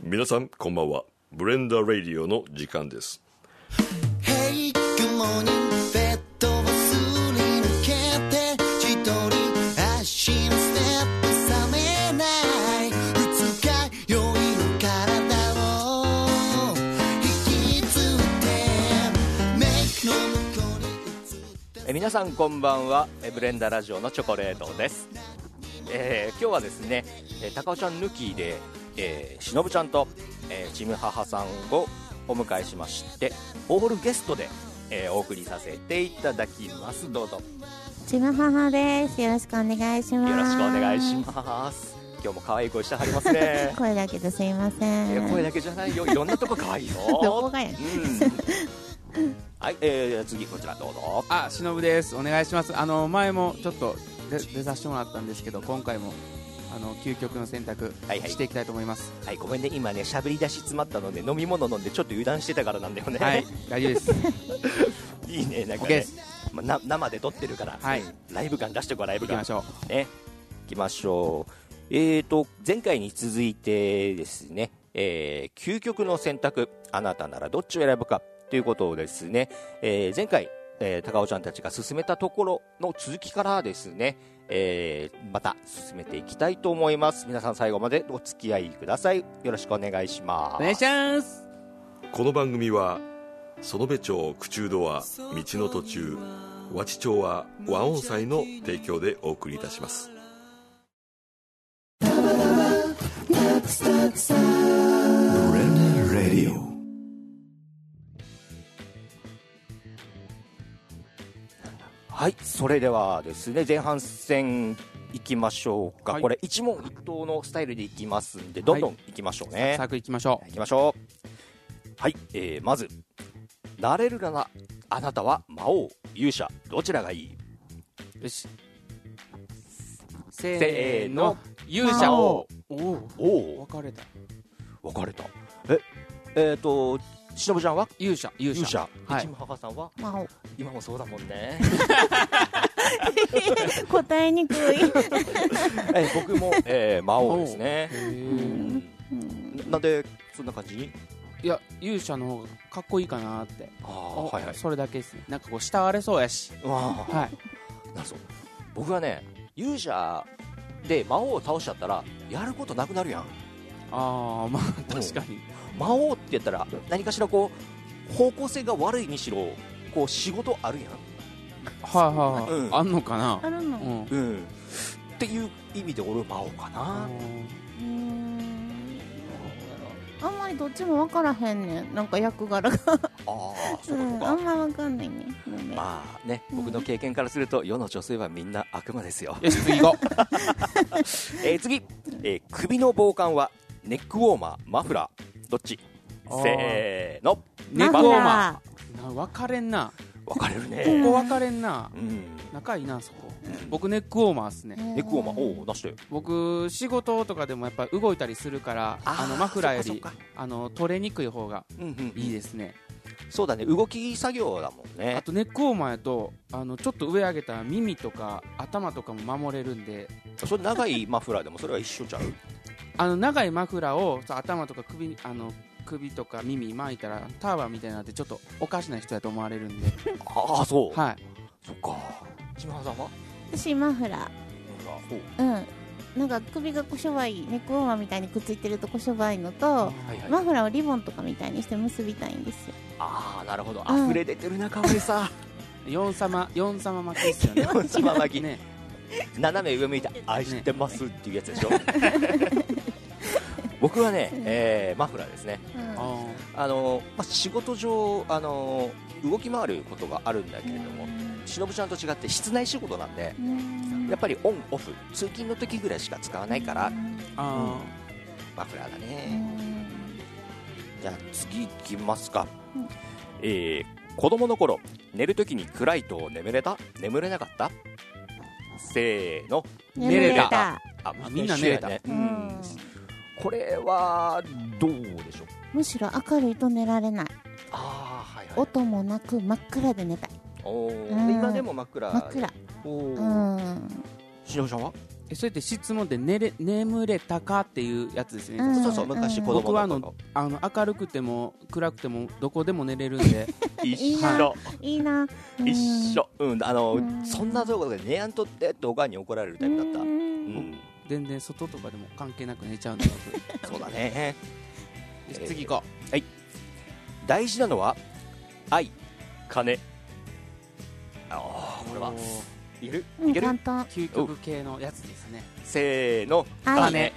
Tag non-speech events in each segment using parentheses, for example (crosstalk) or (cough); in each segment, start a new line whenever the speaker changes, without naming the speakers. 皆さんこんばんはブレンダーレディオの時間です
Hey, good morning. ベッドをすり抜けて自撮り足のステップ冷めない二日酔いの体を引きずってメイクの向こうに映って
えー皆さんこんばんはえーブレンダラジオのチョコレートです、えー今日はですねえー高尾ちゃん抜きで、えーしのぶちゃんと、えーちむ母さんをお迎えしましてオールゲストで、えーお送りさせていただきますどうぞよ
ちむははです。よろしくお願いします。
ろしくお願いします今日も可愛い声してはります
(laughs)
ね
声だけどすいません。
いや声だけじゃない
(laughs)
よいろんなとこ可愛いよ
どこがやねん
うんはい、えー次こちらどうぞ
あ、しのぶです。お願いします。あの前もちょっと出出させてもらったんですけど、今回もあの究極の選択
はいはい
していきたいと思
(laughs)
います。
はいごめんね今ね喋り出し詰まったので飲み物飲んでちょっと油断してたからなんだよね、
はい、大丈夫です。
(laughs) いいね、なんか
OK
ね、
です
まあな生で撮ってるから、
はい
ライブ感出してこう、ライブ
行き
感。
ましょ
(laughs) ね、行きましょう。えーと、前回に続いてですね、えー究極の選択、あなたならどっちを選ぶかということをですね、えー前回、えー高尾ちゃんたちが進めたところの続きからですね、えーまた進めていきたいと思います。皆さん最後までお付き合いください。よろしくお願いします。
う。お願いします。
この番組は園部町口中堂は道の途中和知町は和音祭の提供でお送りいたします
はい、それではですね、前半戦いきましょうか。
はい
これ一問一答のスタイルでいきますんで、どんどんいきましょうね。
サク行きましょ。
い、きましょう。はい、えーまず、なれるならあなたは魔王、勇者、どちらがいいう
よし。
せ
せ
ー
ー
の
の、勇者を。おお。
お
分かれた。
お、分かれた。え、えっ、と、しのぶちゃんは
勇者、勇
勇
者。
者。
は
はいちむはかさんは
まあお
今もそうだもんね。
答えにくい。
(laughs) え僕も、えー (laughs) 魔王ですね。
へ
う
ー
んなんで、そんな感じに
いや、勇者の方がかっこいいかなって。
ああ、はいはい。
それだけですね。なんかこう慕われそうやし。
あー
はい。
なんそう僕はね勇者で魔王を倒しちゃったらやることなくなるやん
ああ、まあ確かに。
魔王って言ったら何かしらこう方向性が悪いにしろこう仕事あるやん
はいはい
う
はい。
ん
あんのかな
あ。る
う
の。
ん。
うんっていう意味で俺魔王かな
うーんあんまりどっちも分からへんねん。なんか役柄が。、
ああそううかそうんか、
あんま分かんないね。うん
まあね僕の経験からすると世の女性はみんな悪魔ですよ、
よし次行こう。
えー次、えー首の防寒はネックウォーマーマフラーどっち
あー
せーの
ネック
魔
ウォ
王
ーマな分かれんな
分かれる
こ
ね
こ分かれんな
うん
仲いいなそこ僕ネックウォーマーっすね
ネックウォーマーおお出して
僕仕事とかでもやっぱ動いたりするから
あー
あのマフラーよ
そっ
り
かそっか
あの取れにくい方が
うんうん
いいですね
そうだね動き作業だもんね
あとネックウォーマーやとあのちょっと上上げたら耳とか頭とかも守れるんで
それ長 (laughs) いマフラーでもそれは一緒ちゃう
あの長いマフラーをそう頭とか首にあの首とか耳巻いたらターバンみたいになってちょっとおかしな人やと思われるんで、
ああそう、
はい、
そっか島田さんは
私マフラ
ほう
ー。うん。なんか首がこしょばい、ネックウォーマーみたいにくっついてるとこしょばいのと、
はいはい、
マフラーをリボンとかみたいにして結びたいんですよ。
ああなるほど
うん
溢れ出てるな香りさ
4様4様巻きですよね
(laughs) 四様巻き
ね
(laughs) 斜め上向いて「愛してます」っていうやつ (laughs) でしょ僕はね、えーマフラーですね
うん
あー
あの、まあ、仕事上あの動き回ることがあるんだけれどもしのぶちゃんと違って室内仕事なんで
うん
やっぱりオンオフ通勤の時ぐらいしか使わないから
あ
マフラーだね、
うん
じゃあ次いきますか、
うん
えー子供の頃寝るときに暗いと眠れた眠れなかったせーの
眠れた。
あ
あみんな寝れた
一緒やね
う
うん
ん。
これはどうでしょう
むしろ明るいと寝られない。
ああはいはい
音もなく真っ暗で寝たい。
おー
うん
今でも真っ暗
真っ暗。
お
う
ー
ん。
しのぶちゃんは
ーええそうやって質問って寝れ眠れたかっていうやつですよね、
うん
そうそう昔子
僕
供
はあ
の
の
頃
あの明るくても暗くてもどこでも寝れるんで
一
いいな
緒
いいなうん
一緒うんあの
うん
そんなとこで寝やんとってっておかんに怒られるタイプだった
う
うんん
全然外とかでも関係なく寝ちゃうんで
そうだね
僕で次行こ
大事なのは愛金ああ
う
これは
おー
いる
うん
いける
簡単
究極系のやつですね
せーの
愛
金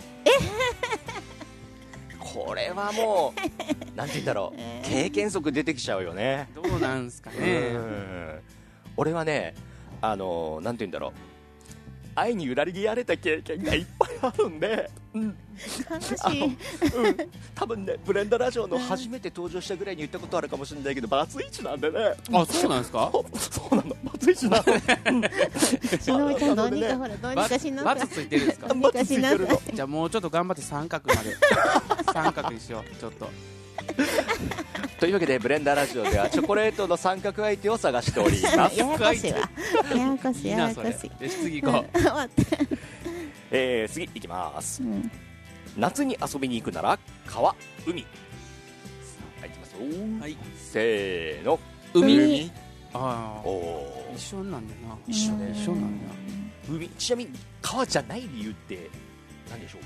これはもうなんて言うんだろう経験則出てきちゃうよね
どうなんすかね
うん俺はねあのなんて言うんだろう愛に揺らぎやれた経験がいっぱいあるんで、うん、
悲し
あの
い
うん、多分ねブレンダラジオの初めて登場したぐらいに言ったことあるかもしれないけどバツイチなんでね
あそうなんですか
そう (laughs) そうなのバツイチな
しのぶちゃんどうにか
の
ほらどうに
バ
か
ツ
しな
バ
さ
ツ
い
ついてるんですか
(laughs)
どうにかしなさ
バツ
い
ついてるの
じゃあもうちょっと頑張って三角まで三角にしようちょっ
(laughs)
と
というわけでブレンダラジオではチョコレートの三角相手を探しております
ややこしいわややこしい
いい
や
な
や
そ
こ
れ
しい
で次行こう
終わって
えー、次いきます
うん
夏に遊びに行くなら川海さあいきますよ、
はい
せーの
海
海
あ
お
あ
お
一緒なんだな
一緒ね
一緒なんだ
海ちなみに川じゃない理由って何でしょう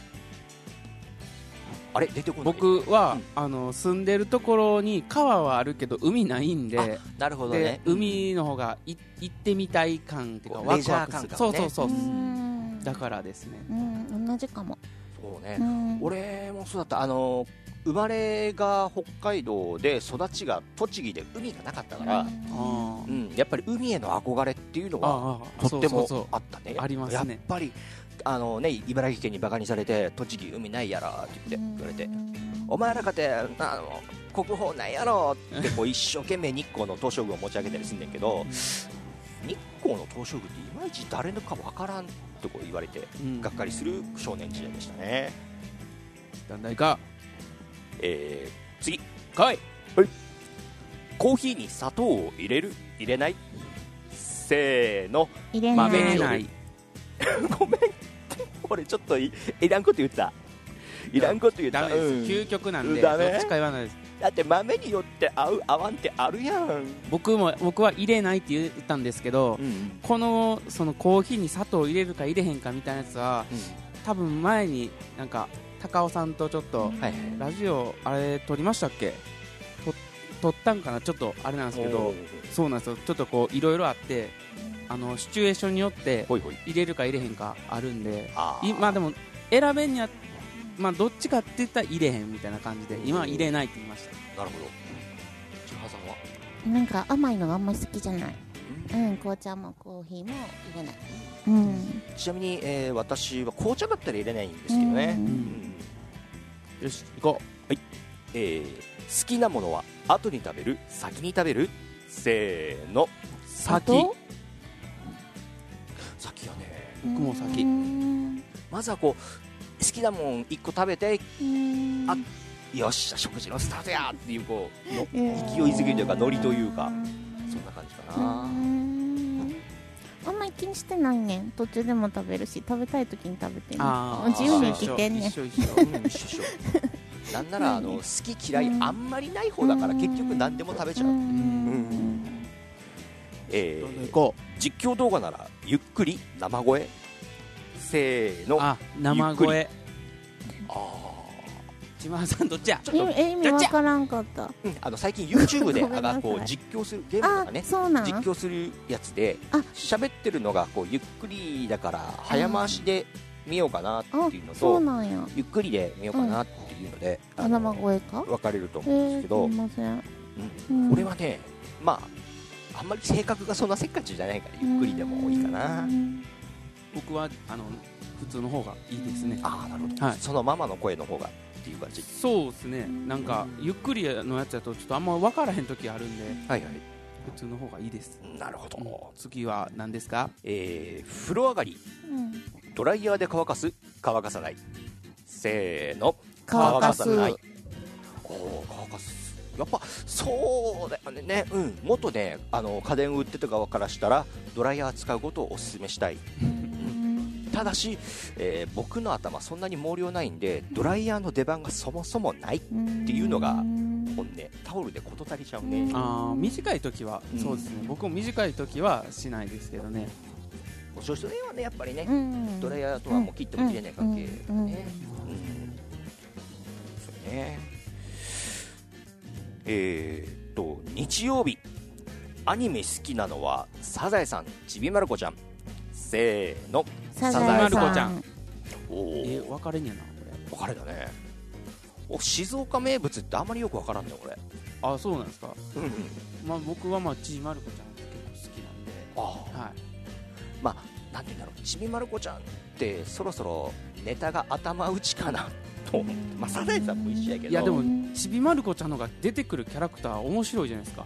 あれ出てこない
僕
う
は、
ん
あの住んでるところに川はあるけど海ないんで
あなるほど
で、
ね
海の方がい行ってみたい感っていうか
こう
ワ
レジ
ク
ャー
ワクする
感が
そう
ね
そうそうう、
ん
だからですね
うん同じかも
そうね、
うん
俺もそうだったあの生まれが北海道で育ちが栃木で海がなかったから、
あ
うんやっぱり海への憧れっていうの
あ
は
ああ
とって
そうそう
も
そ
あったね
ありますね
やっぱりあの、ね、茨城県にバカにされて栃木海ないやろって言って言われて、お前らかてあの国宝ないやろって
(laughs)
こう一生懸命日光の東照宮を持ち上げたりするんだけど日光の東照宮っていまいち誰のかわからんとこう言われて
う、うん、
がっかりする少年時代でしたね、
団体か
えー次かいはいコーヒーに砂糖を入れる入れないせーの
入れな
豆
い
豆
ない
ごめん、俺ちょっといいらんこと言った。いらんこと言った。
ダメです、
うん
究極なんでど
ダ
っ
メ
ちか言わないです
だって豆によって合う合わんってあるやん。
僕も僕は入れないって言ったんですけど、
うん
このそのコーヒーに砂糖を入れるか入れへんかみたいなやつは多分前になんか高尾さんとちょっと、
はいはい。
ラジオあれ撮りましたっけと撮ったんかなちょっとあれなんですけ
お
ど
ー
そうなんですよちょっとこういろいろあってあのシチュエーションによって
ほいほい。
入れるか入れへんかあるんで
あー
いまあでも選べんやまあどっちかって言ったら入れへんみたいな感じで今は入れないって言いました
なるほど。千葉さんは。
なんか甘いのがあんまり好きじゃないうん紅茶もコーヒーも入れないうん
ちなみに、えー私は紅茶だったら入れないんですけどね。
うん
うん
よし行こ
えー好きなものは後に食べる先に食べるせーの
う
砂
先
糖
先はね
僕も先
うん
まずはこう好きなもん1個食べて
うん
あよっしゃ食事のスタートやっていうこうの
うん
勢いづきというかノリというかそんな感じか
う
な、
んあんまり気にしてないねん途中でも食べるし食べたい時に食べてんねん
あー
自由に生きてんねん
一緒一緒一緒
うん、一緒一緒なんならあの好き嫌いあんまりない方だから結局何でも食べちゃう、
うん
え
どんどん
ー
行こ
実況動画ならゆっくり生声せー
う
のあ
あ生
ゆ
声
あ
千葉さんどっちや
ーちょっ
え
と、
え意味わからんかった
うんあの最近 YouTube で
ごめ
あ
んなさい
がこう実況するゲームと
あ
かね
そうなん
実況するやつで
あ
喋ってるのがこうゆっくりだから早回しで見ようかなっていうの
あ
と、
そうなんや
ゆっくりで見ようかなっていうので、あの
生声か
分かれると
え
思うんです
ー、
け
す
ど、
いません
うん
うん
俺はねまああんまり性格がそんなせっかちじゃないからゆっくりでもいいかな、
うん
僕はあの普通の方がいいですね
ああなるほど、
はい
そのままの声の方がっていう感じ
そうですねなんかゆっくりのやつだとちょっとあんま分からへん時あるんで
はいはい
普通の方がいいです
なるほど、
次は何ですか
えー、風呂上がり
うん
ドライヤーで乾かす乾かさないせーの
乾かす
乾ないおー乾かすやっぱそうだよね、うん、元ねあの家電を売ってた側からしたらドライヤー使うことをお勧めしたい
うん
ただし、えー僕の頭そんなに毛量ないんでドライヤーの出番がそもそもないっていうのが本音タオルで事足りちゃうね
あー短い時は、
うん
そうですね僕も短い時はしないですけどね
お少子のはねやっぱりね
うん
ドライヤーとはもう切っても切れない関係
うんうんうん
ねうんそうねえーっと日曜日アニメ好きなのはサザエさんちびまる子ちゃんせーの
サ
サ
ザ
ザエ
エ
さん
さん
おお
え分かれんやなこ
分かれたねお静岡名物ってあんまりよく分からんね俺
れあそうなんですか、
うんうん
まあ、僕はまあちいまる子ちゃん結構好きなんで
ああ
はい
まあなんて言うんだろうちびまる子ちゃんってそろそろネタが頭打ちかなと思ってまあサザエさんも一緒やけど
いやでもちびまる子ちゃんのが出てくるキャラクター面白いじゃないですか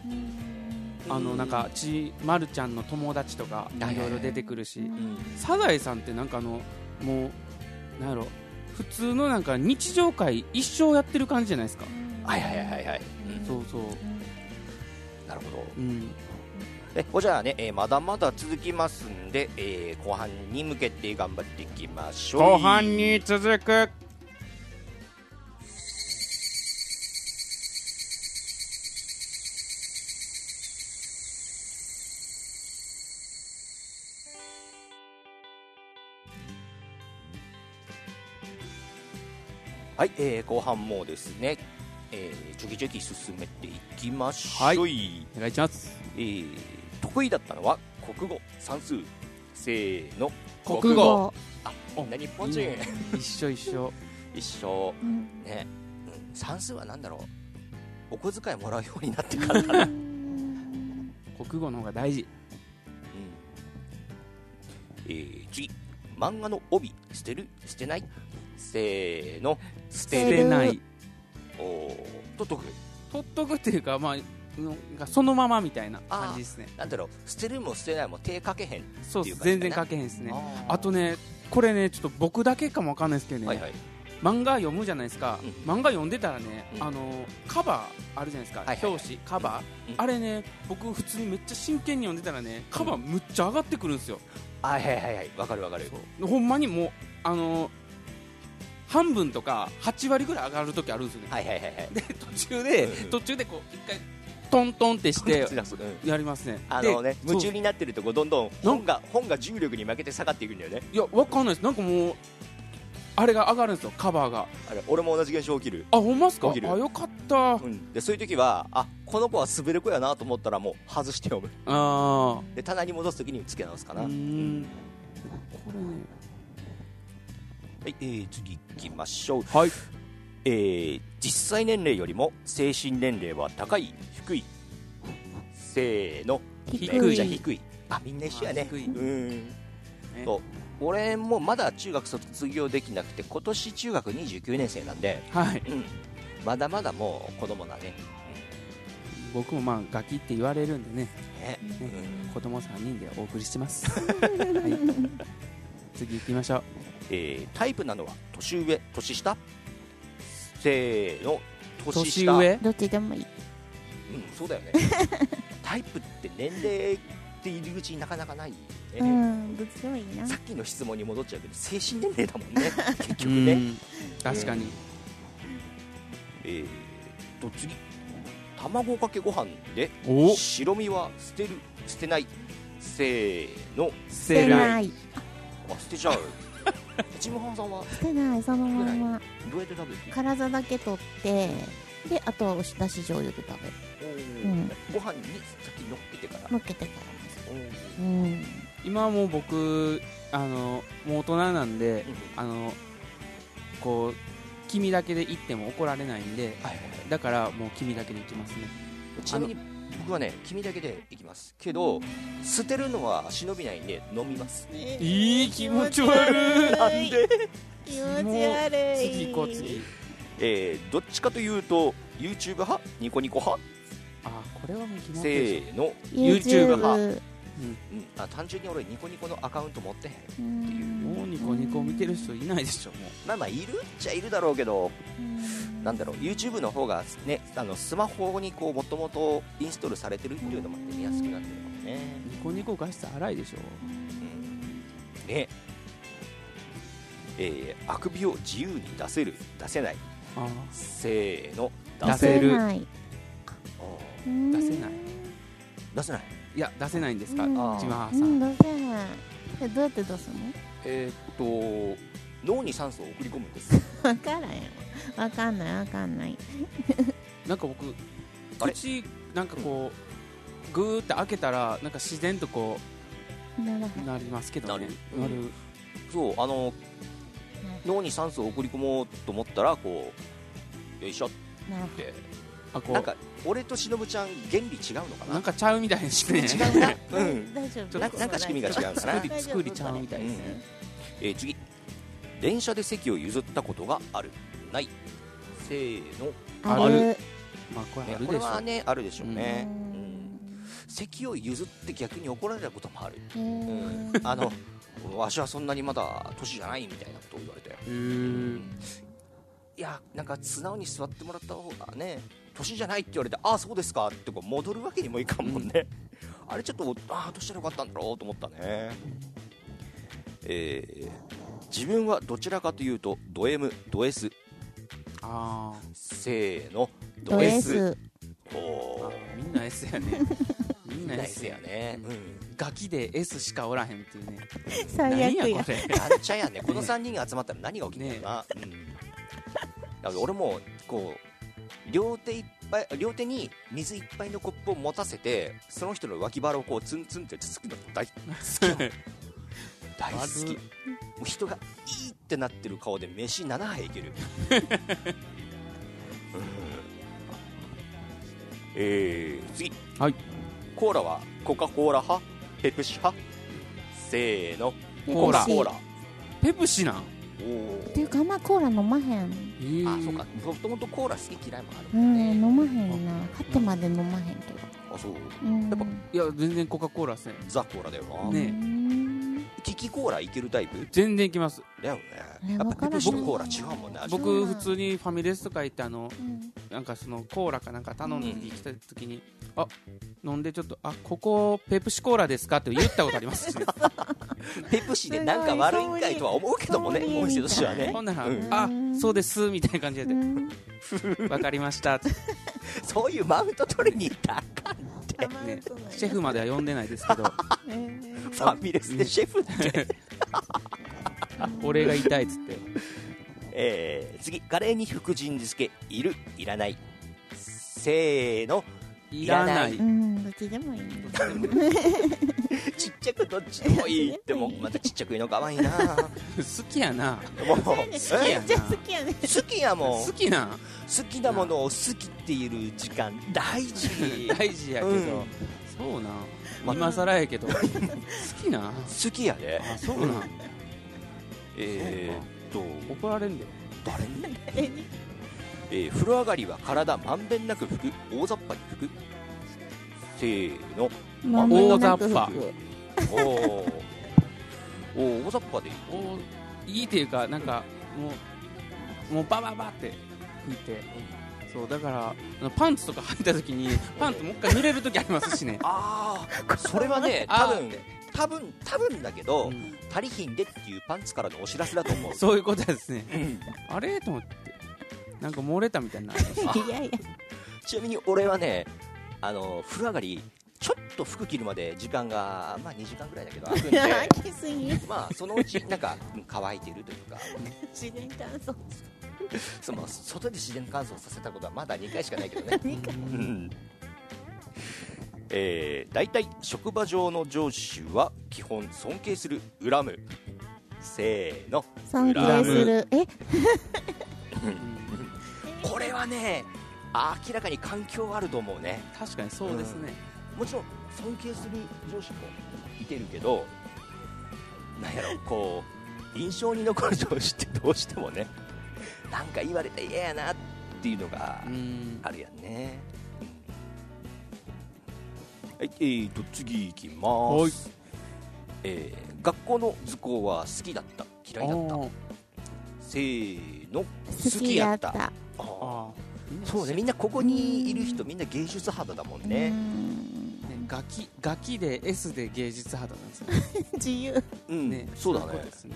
あのなんかちまるちゃんの友達とかい
はいはい
ろいろ出てくるし
うん
サザエさんってなんかあのもうなんやろ普通のなんか日常会一生やってる感じじゃないですか
はいはいはいはいはい、うん
そうそう
なるほど
うん
えこちらはね、えーまだまだ続きますんで、えー後半に向けて頑張っていきましょう
後半に続く
はい、えー後半もですね、えー、ちょきちょき進めていきましょう、
はお願いします
えー得意だったのは国語算数せーの
国語
みんな日本人
いいね一緒一緒
一緒
うん
ね、うん、算数は何だろうお小遣いもらうようになってからかな、うん、
国語の方が大事
えー次漫画の帯捨てる捨てないせーの捨
捨
て
捨
て
る
て
る
ない
おーと得
取っとくっていうかまあのがそのままみたいな感じですね
なんだろう捨てるも捨てないも手かけへん
そ
っ
う
ていう感じ
全
だね
然書けへんですね
あー
あとねこれねちょっと僕だけかもわかんないですけどね、
はいはい
漫画読むじゃないですか、
う
漫画読んでたらね、
うん
あのカバーあるじゃないですか、
いはいはい
表紙カバー、
うん
あれね僕普通にめっちゃ真剣に読んでたらねカバーむっちゃ上がってくるんですよ、
あはいはいはいわかるわかる
ほんまにもうあの半分とか8割ぐらい上がる時あるんですよね、
はいはいはいはい
で途中で、
うんうん
途中でこう一回トントンってして
うん
やりますね
あのね
で
夢中になってるとこどんどん
なん
本が本が重力に負けて下がっていくんだよね
いやわかんないですなんかもうあれが上がるんですよカバーが
あれ俺も同じ現象起きる、
あほんまっすか
起きる
あよかったあ
うん、でそういう時はあこの子は滑る子やなと思ったらもう外して読む
あ
で棚に戻す時に付け直すかな、
うーんこれね
はいえー次行きましょう、
はい
えー実際年齢よりも精神年齢は高い低いせーの
低い
めっちゃ低いあみんな一緒やね
あ低い
うん
ね
そう俺もまだ中学卒業できなくて今年中学29年生なんで、
はい
うん、まだまだもう子供だね
僕もまあガキって言われるんでね
ね、う
ね
ん
子供3人でお送りしてますはい次行きましょう
えータイプなのは年上年下せーの年
年
下
上
どっちでもいい
うんそう
(laughs)
だよねタイプって年齢って入り口になかなかないよね、
うんどっちでもいいな
さっきの質問に戻っちゃうけど精神年齢だもん
(laughs)
ね結
う
局ね、
ーん確かに
えーっと次卵かけご飯で
お
白身は捨てる捨てないせーの
捨
捨て
い
ない
あ捨て
(laughs)
ちゃうジムハンさんは
捨てないそのまま
どうやって食べてる
体だけ取ってであとはおしだし醤油で食べる
おー
うん
ご飯に先乗っけてから
のっけてから
おー
ですうん
今はもう僕あのもう大人なんで
うん
あのこう君だけで行っても怒られないんで
はいはいはい
だからもう君だけで行きますね
ちなみに僕はね君だけで行きますけど捨てるのは忍びないんで飲みます
いい気持ち悪い
なんで、
気
持ち悪い次行こう次
えーどっちかというと YouTube 派ニコニコ派
あこれはもう決ま
せ
ってるでし
ーの、
YouTube
YouTube
派
うん、あ単純に俺ニコニコのアカウント持ってへん
ょもうニコニコ見てる人いないでしょも
まあまあいるっちゃいるだろうけどなんだろう YouTube の方がねあのスマホにこうもともとインストールされてるっていうのもあって見やすくなってるかもね
うニコニコ画質荒いでしょ
うんねえーあくびを自由に出せる出せない
あ
せーの
出せる
ない
あー
出
出
せない
出せない
ーいや出せないんですか
うん
千葉
う
さん
ん出せないえどうやって出すの
えーっと脳に酸素を送り込むんです (laughs)
わからんよわかんないわかんない
なんか僕
あれ
口なんかこうグーって開けたらなんか自然とこ
ならへん
うなりますけどね
なるうん
なる
そうあの脳に酸素を送り込もうと思ったらこうよいしょっ
ならへん
て
あこ
なん
う
か俺としのぶちゃん原理違うのかな
なんかちゃうみたいにしてね
違うな、うん、
大丈夫
ななんか仕組みが違うかな
大丈夫
作りちゃうみたいです
ねえー次電車で席を譲ったことがあるないせーの、
あ
あ
る
る
(laughs) まあこれ
ね
ある
こ
で
れ
しょ
はねあるでしょう
う
ね、うん
ん
席を譲って逆に怒られたこともある、
へー
うん、あのわしはそんなにまだ年じゃないみたいなことを言われたよ
うーん
いやなんか素直に座ってもらった方がね年じゃないって言われてああそうですかってこう戻るわけにもいかんもんね、あれちょっとああどうしたらよかったんだろうと思ったねえー自分はどちらかというとド M ド S
あ
せーの
ド S
お
ーあ
ー
みんな S やね
(laughs)
みん
みん
な
な
S
S
や
や
ね
ね、
う
うん、
ガキで S しかおらへんっていうね
最悪
なん
や
これ
(laughs)
なんちゃやねこの3人が集まったら何が起きるんだろうな、うんだから俺もこう両手いっぱい両手に水いっぱいのコップを持たせてその人の脇腹をこうツンツンってつつくの大好き
(laughs)
大好き
悪
もう人がいいってなってる顔で飯7杯い
(laughs)
けるうんえー、次
はい
コーラはコカ・コーラ派ペプシ派せーの
コーラ
コーラ
ペプシなん
お
ってい
ー
うかあんまコーラ飲まへん
あそうかもともとコーラ好き嫌いもある
う
もん
ん
ね、
飲まへんな勝ってまで飲まへんけど
あそう
うん
やっぱ
いや全然コカ・コーラっすね
ザ・コーラだよな、
ね
うん
キキコーラいけるタイプ
全然いきます
だよね
ね
やっ
わ
ぱ
か
ペ
らへ
プ
ん
シとコーラ違うもんね味
僕普通にファミレスとか行ってあの
うん
なんかそのコーラかなんか頼んできた時に、あ飲んでちょっとあここペプシコーラですかって言ったことありますし、ね、
ペプシでなんか悪いんかいとは思うけどもね
そういう
お店としてはね
ほんなら、
うん
あそうですみたいな感じで
うん
わかりましたって
そういうマウント取りに行ったらあかんって
ねシェフまでは呼んでないですけど
ファミレスでシェフって、
俺が痛いっつって
えー、次カレーに福神漬けいるいらないせーの
いらない
い
うんどっちでもいい
ちっちゃくどっちでもいいってもうまたちっちゃくいいのか (laughs) わいいな
好きやな
もう好
めっ
き
ちゃ
や
好きやね
好きやもん
好きなん
好きなものを好きっている時間大事
(laughs) 大事やけど、
うん
そうなん
ま
今更やけど好きなん
好きやで
あそうなん
えーっと
(laughs) 怒られんで
誰に、えー風呂上がりは体まんべんなく拭く大雑把に拭くせーの
まんべんなく
大雑把
服
お
(laughs)
ーおー大雑把でいい
おいいっていうかなんかもうもうバババって拭いてそうだからあのパンツとか履いた時にパンツもう一回濡れる時あります
(laughs)
しね
ああそれはね
(laughs) あ
多
ー
分多分多分だけど、
うん
足りひんでっていうパンツからのお知らせだと思う
そういうことですね
うん
あれと思ってなんか漏れたみたいになる
いやいや
ちなみに俺はねあの風呂上がりちょっと服着るまで時間がまあ2時間ぐらいだけど空
(laughs)
くんで
飽きすぎ
まあそのうちなんかうん乾いてるというか
自然乾燥
その外で自然乾燥させたことはまだ2回しかないけどね2回えー、大体職場上の上司は基本尊敬する恨むせーの
尊敬するえ
これはね明らかに環境あると思うね
確かにそうですね、
もちろん尊敬する上司もいてるけどなんやろこう印象に残る上司ってどうしてもねなんか言われて嫌やなっていうのが
うん
あるやんねはいえーと次いきます、えー学校の図工は好きだった嫌いだった
あ
せーの
好きだった
好きやあ
あ
ー
ああ
そうねみんなここにいる人みんな芸術肌だもんね、
うん
ねガキガキで S で芸術肌なんですよ
自由
うん
ね
そうだ
い
ね
ことですね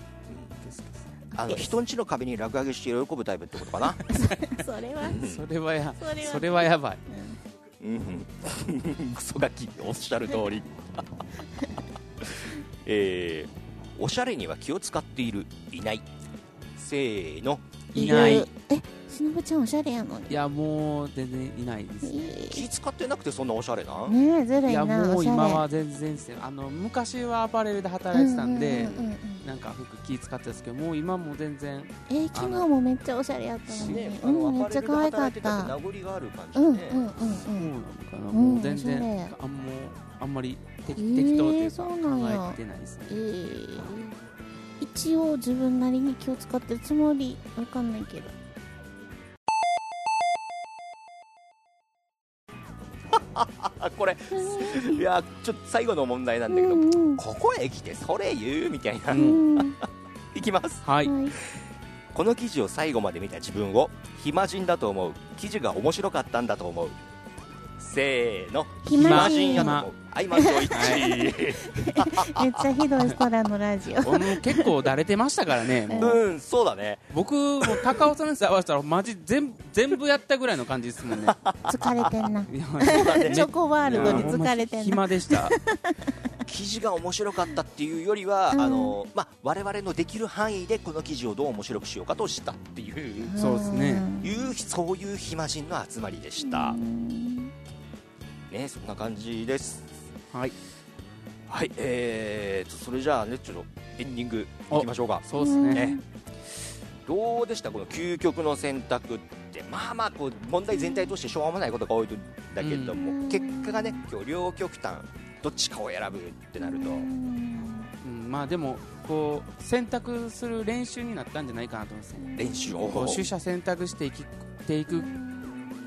うんあの人んちの壁に落書きして喜ぶタイプってことかな
それは
それはや
それは
それはやばい
うん (laughs) うんクソガキおっしゃる通り (laughs) えーおしゃれには気を使っているいないせーの
いない
るえしのぶちゃんおしゃれやのに
いやもう全然いないです
いい
気使ってなくてそんなおしゃれなん、
ねえずる
い
い
や
な
も
お
う
しゃれ
今は全然ですよあの昔はアパレルで働いてたん
う
で、
ううんうん
なんか服気使ってたんですけどもう今もう全然
えー昨日もめっちゃおしゃれやったのに
ねあ
う
の
んめっちゃ可愛かった
アパレルで働いてたって名残がある感じ
うんうん
ね、
うんう
そうんなのかな、
うん
もう全
お
然
しゃれ
あんもうあんまり適
えー
適当っていうか
そうなんや
考えてないですね
えー一応自分なりに気を使ってるつもりわかんないけど
あこれいやちょっと最後の問題なんだけど、
うんうん
ここへ来てそれ言うみたいな、
う
うんん
いきます
はい、
はい
この記事を最後まで見た自分を暇人だと思う記事が面白かったんだと思うせーの
暇人
やと思うアイマンドイッチ
めっちゃひどい空のラジオ
俺も結構だれてましたか
(laughs)
らねもう
うんそうだね
僕も高尾さんのやつ合わせたらマジ全全部やったぐらいの感じです
(laughs)
もんね
疲れて
(laughs)
んない
や
チョコワールドに疲れてんな
暇で
(laughs)
した
記事が面白かったっていうよりは、
うん
あのまあ、我々のできる範囲でこの記事をどう面白くしようかとしたっていう,、
そうですね
いうそういう暇人の集まりでした、
うん
ねそんな感じです
はい
はいえーとそれじゃあねちょっとエンディングいきましょうか
そうですね
ね、どうでした、この究極の選択って、まあまあこう、問題全体としてしょうもないことが多いんだけども、
うん
結果がね、今日両極端、どっちかを選ぶってなると、
うん
うん、まあでもこう選択する練習になったんじゃないかなと思いますね
練習を、
こう取捨選択していきていく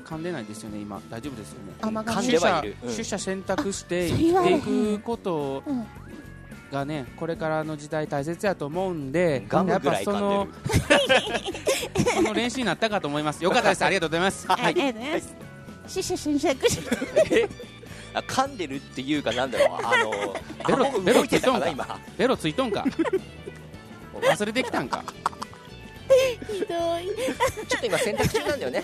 噛んでないですよね今大丈夫ですよね
甘が
噛ん
み
ではいる
取捨取捨選択して
そ
生
れ
き
は
ていくこと
うん
がねこれからの時代大切やと思うんで
ガムぐらい
やっ
噛
ぱそ
ん
の
でる、(laughs)
その練習になったかと思いますよかったですありがとうございます
ありがとうございますシュシュシュシュシュ
あ噛んでるっていうか、なんだろう、あの
(laughs) ベロ
顎
ベロ
動いてたかな、
つい
今、
ベロついと
(laughs)
んか忘れてきたんか
ひどい
ちょっと今、選択中なんだよ
(laughs)
ね、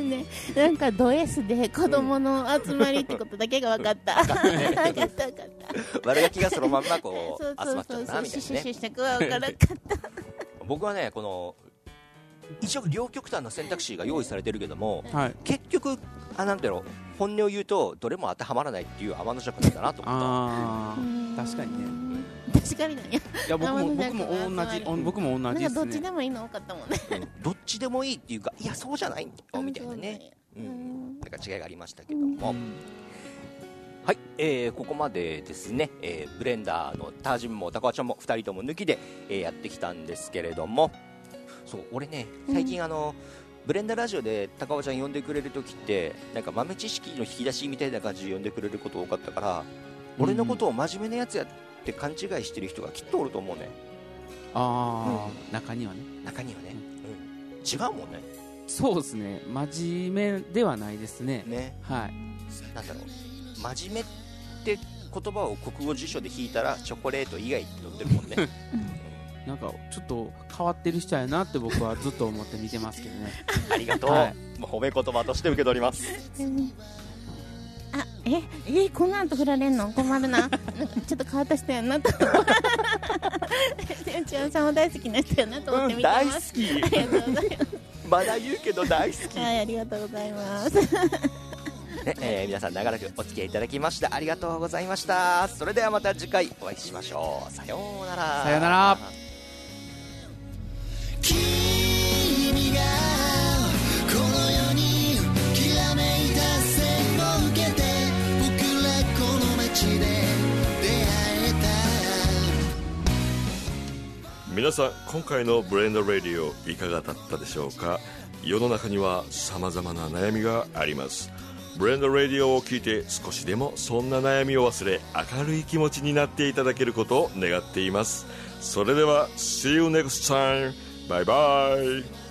ね、なんかド S で子供の集まりってことだけが分かった。分かった分かった。
悪ガキがそのまんまこう
そう
集
そ
ま
う
っちゃ
そうう
な
そう。
みた
シュ
いな
シ
ね
ュシュ、してくわ分からんかった。
僕はね、この一応、両極端の選択肢が用意されてるけども、
はい
結局あなんていうの本音を言うとどれも当てはまらないっていう天の弱なんだなと思っ
あ
うん
ー確かにね
確かになんや。
いや僕も
生の弱
僕も
の集まりな
同じ僕も同
ん
じ
か
で
ど
す
っち
ね
でもいいの多かったもんね。
た、うんどっちでもいいっていうかいやそうじゃないんだよみたいなね、う、
うんん
なんか違いがありましたけども、はい、えーここまでですね、えーブレンダーのタージンもタコワちゃんも2人とも抜きで、えーやってきたんですけれどもそう俺ね最近あの、ブレンダーラジオで高尾ちゃん呼んでくれる時ってなんか豆知識の引き出しみたいな感じで呼んでくれること多かったから俺のことを真面目なやつやって勘違いしてる人がきっとおると思うね
ああ中にはね
中にはね、うん、違うもんね
そうですね真面目ではないですね
ね
はい
なんだろう真面目って言葉を国語辞書で引いたらチョコレート以外って載ってるもんね (laughs)
なんかちょっと変わってる人やなって僕はずっと思って見てますけどね
ありがとう、
はい
もう褒め言葉として受け取ります
あ、え、え、この後振られんの困るな。なんかちょっと変わった人やなと。千代さんは大好きな人やなと思って
う
見
ん
てま
大好
す。
き
ありがとうございま
(laughs) まだ言うけど大好き、
す。はい、ありがとうございます。
ね (laughs) えー皆さん長らくお付き合いいただきましてありがとうございましたそれではまた次回お会いしましょうさようなら
さようなら
君がこの世にきらめいた線を受けて僕らこの街で出会えた
皆さん今回の「ブレンド・レディオ」いかがだったでしょうか世の中にはさまざまな悩みがありますブレンド・レディオを聞いて少しでもそんな悩みを忘れ明るい気持ちになっていただけることを願っていますそれでは See you next time! バイバイ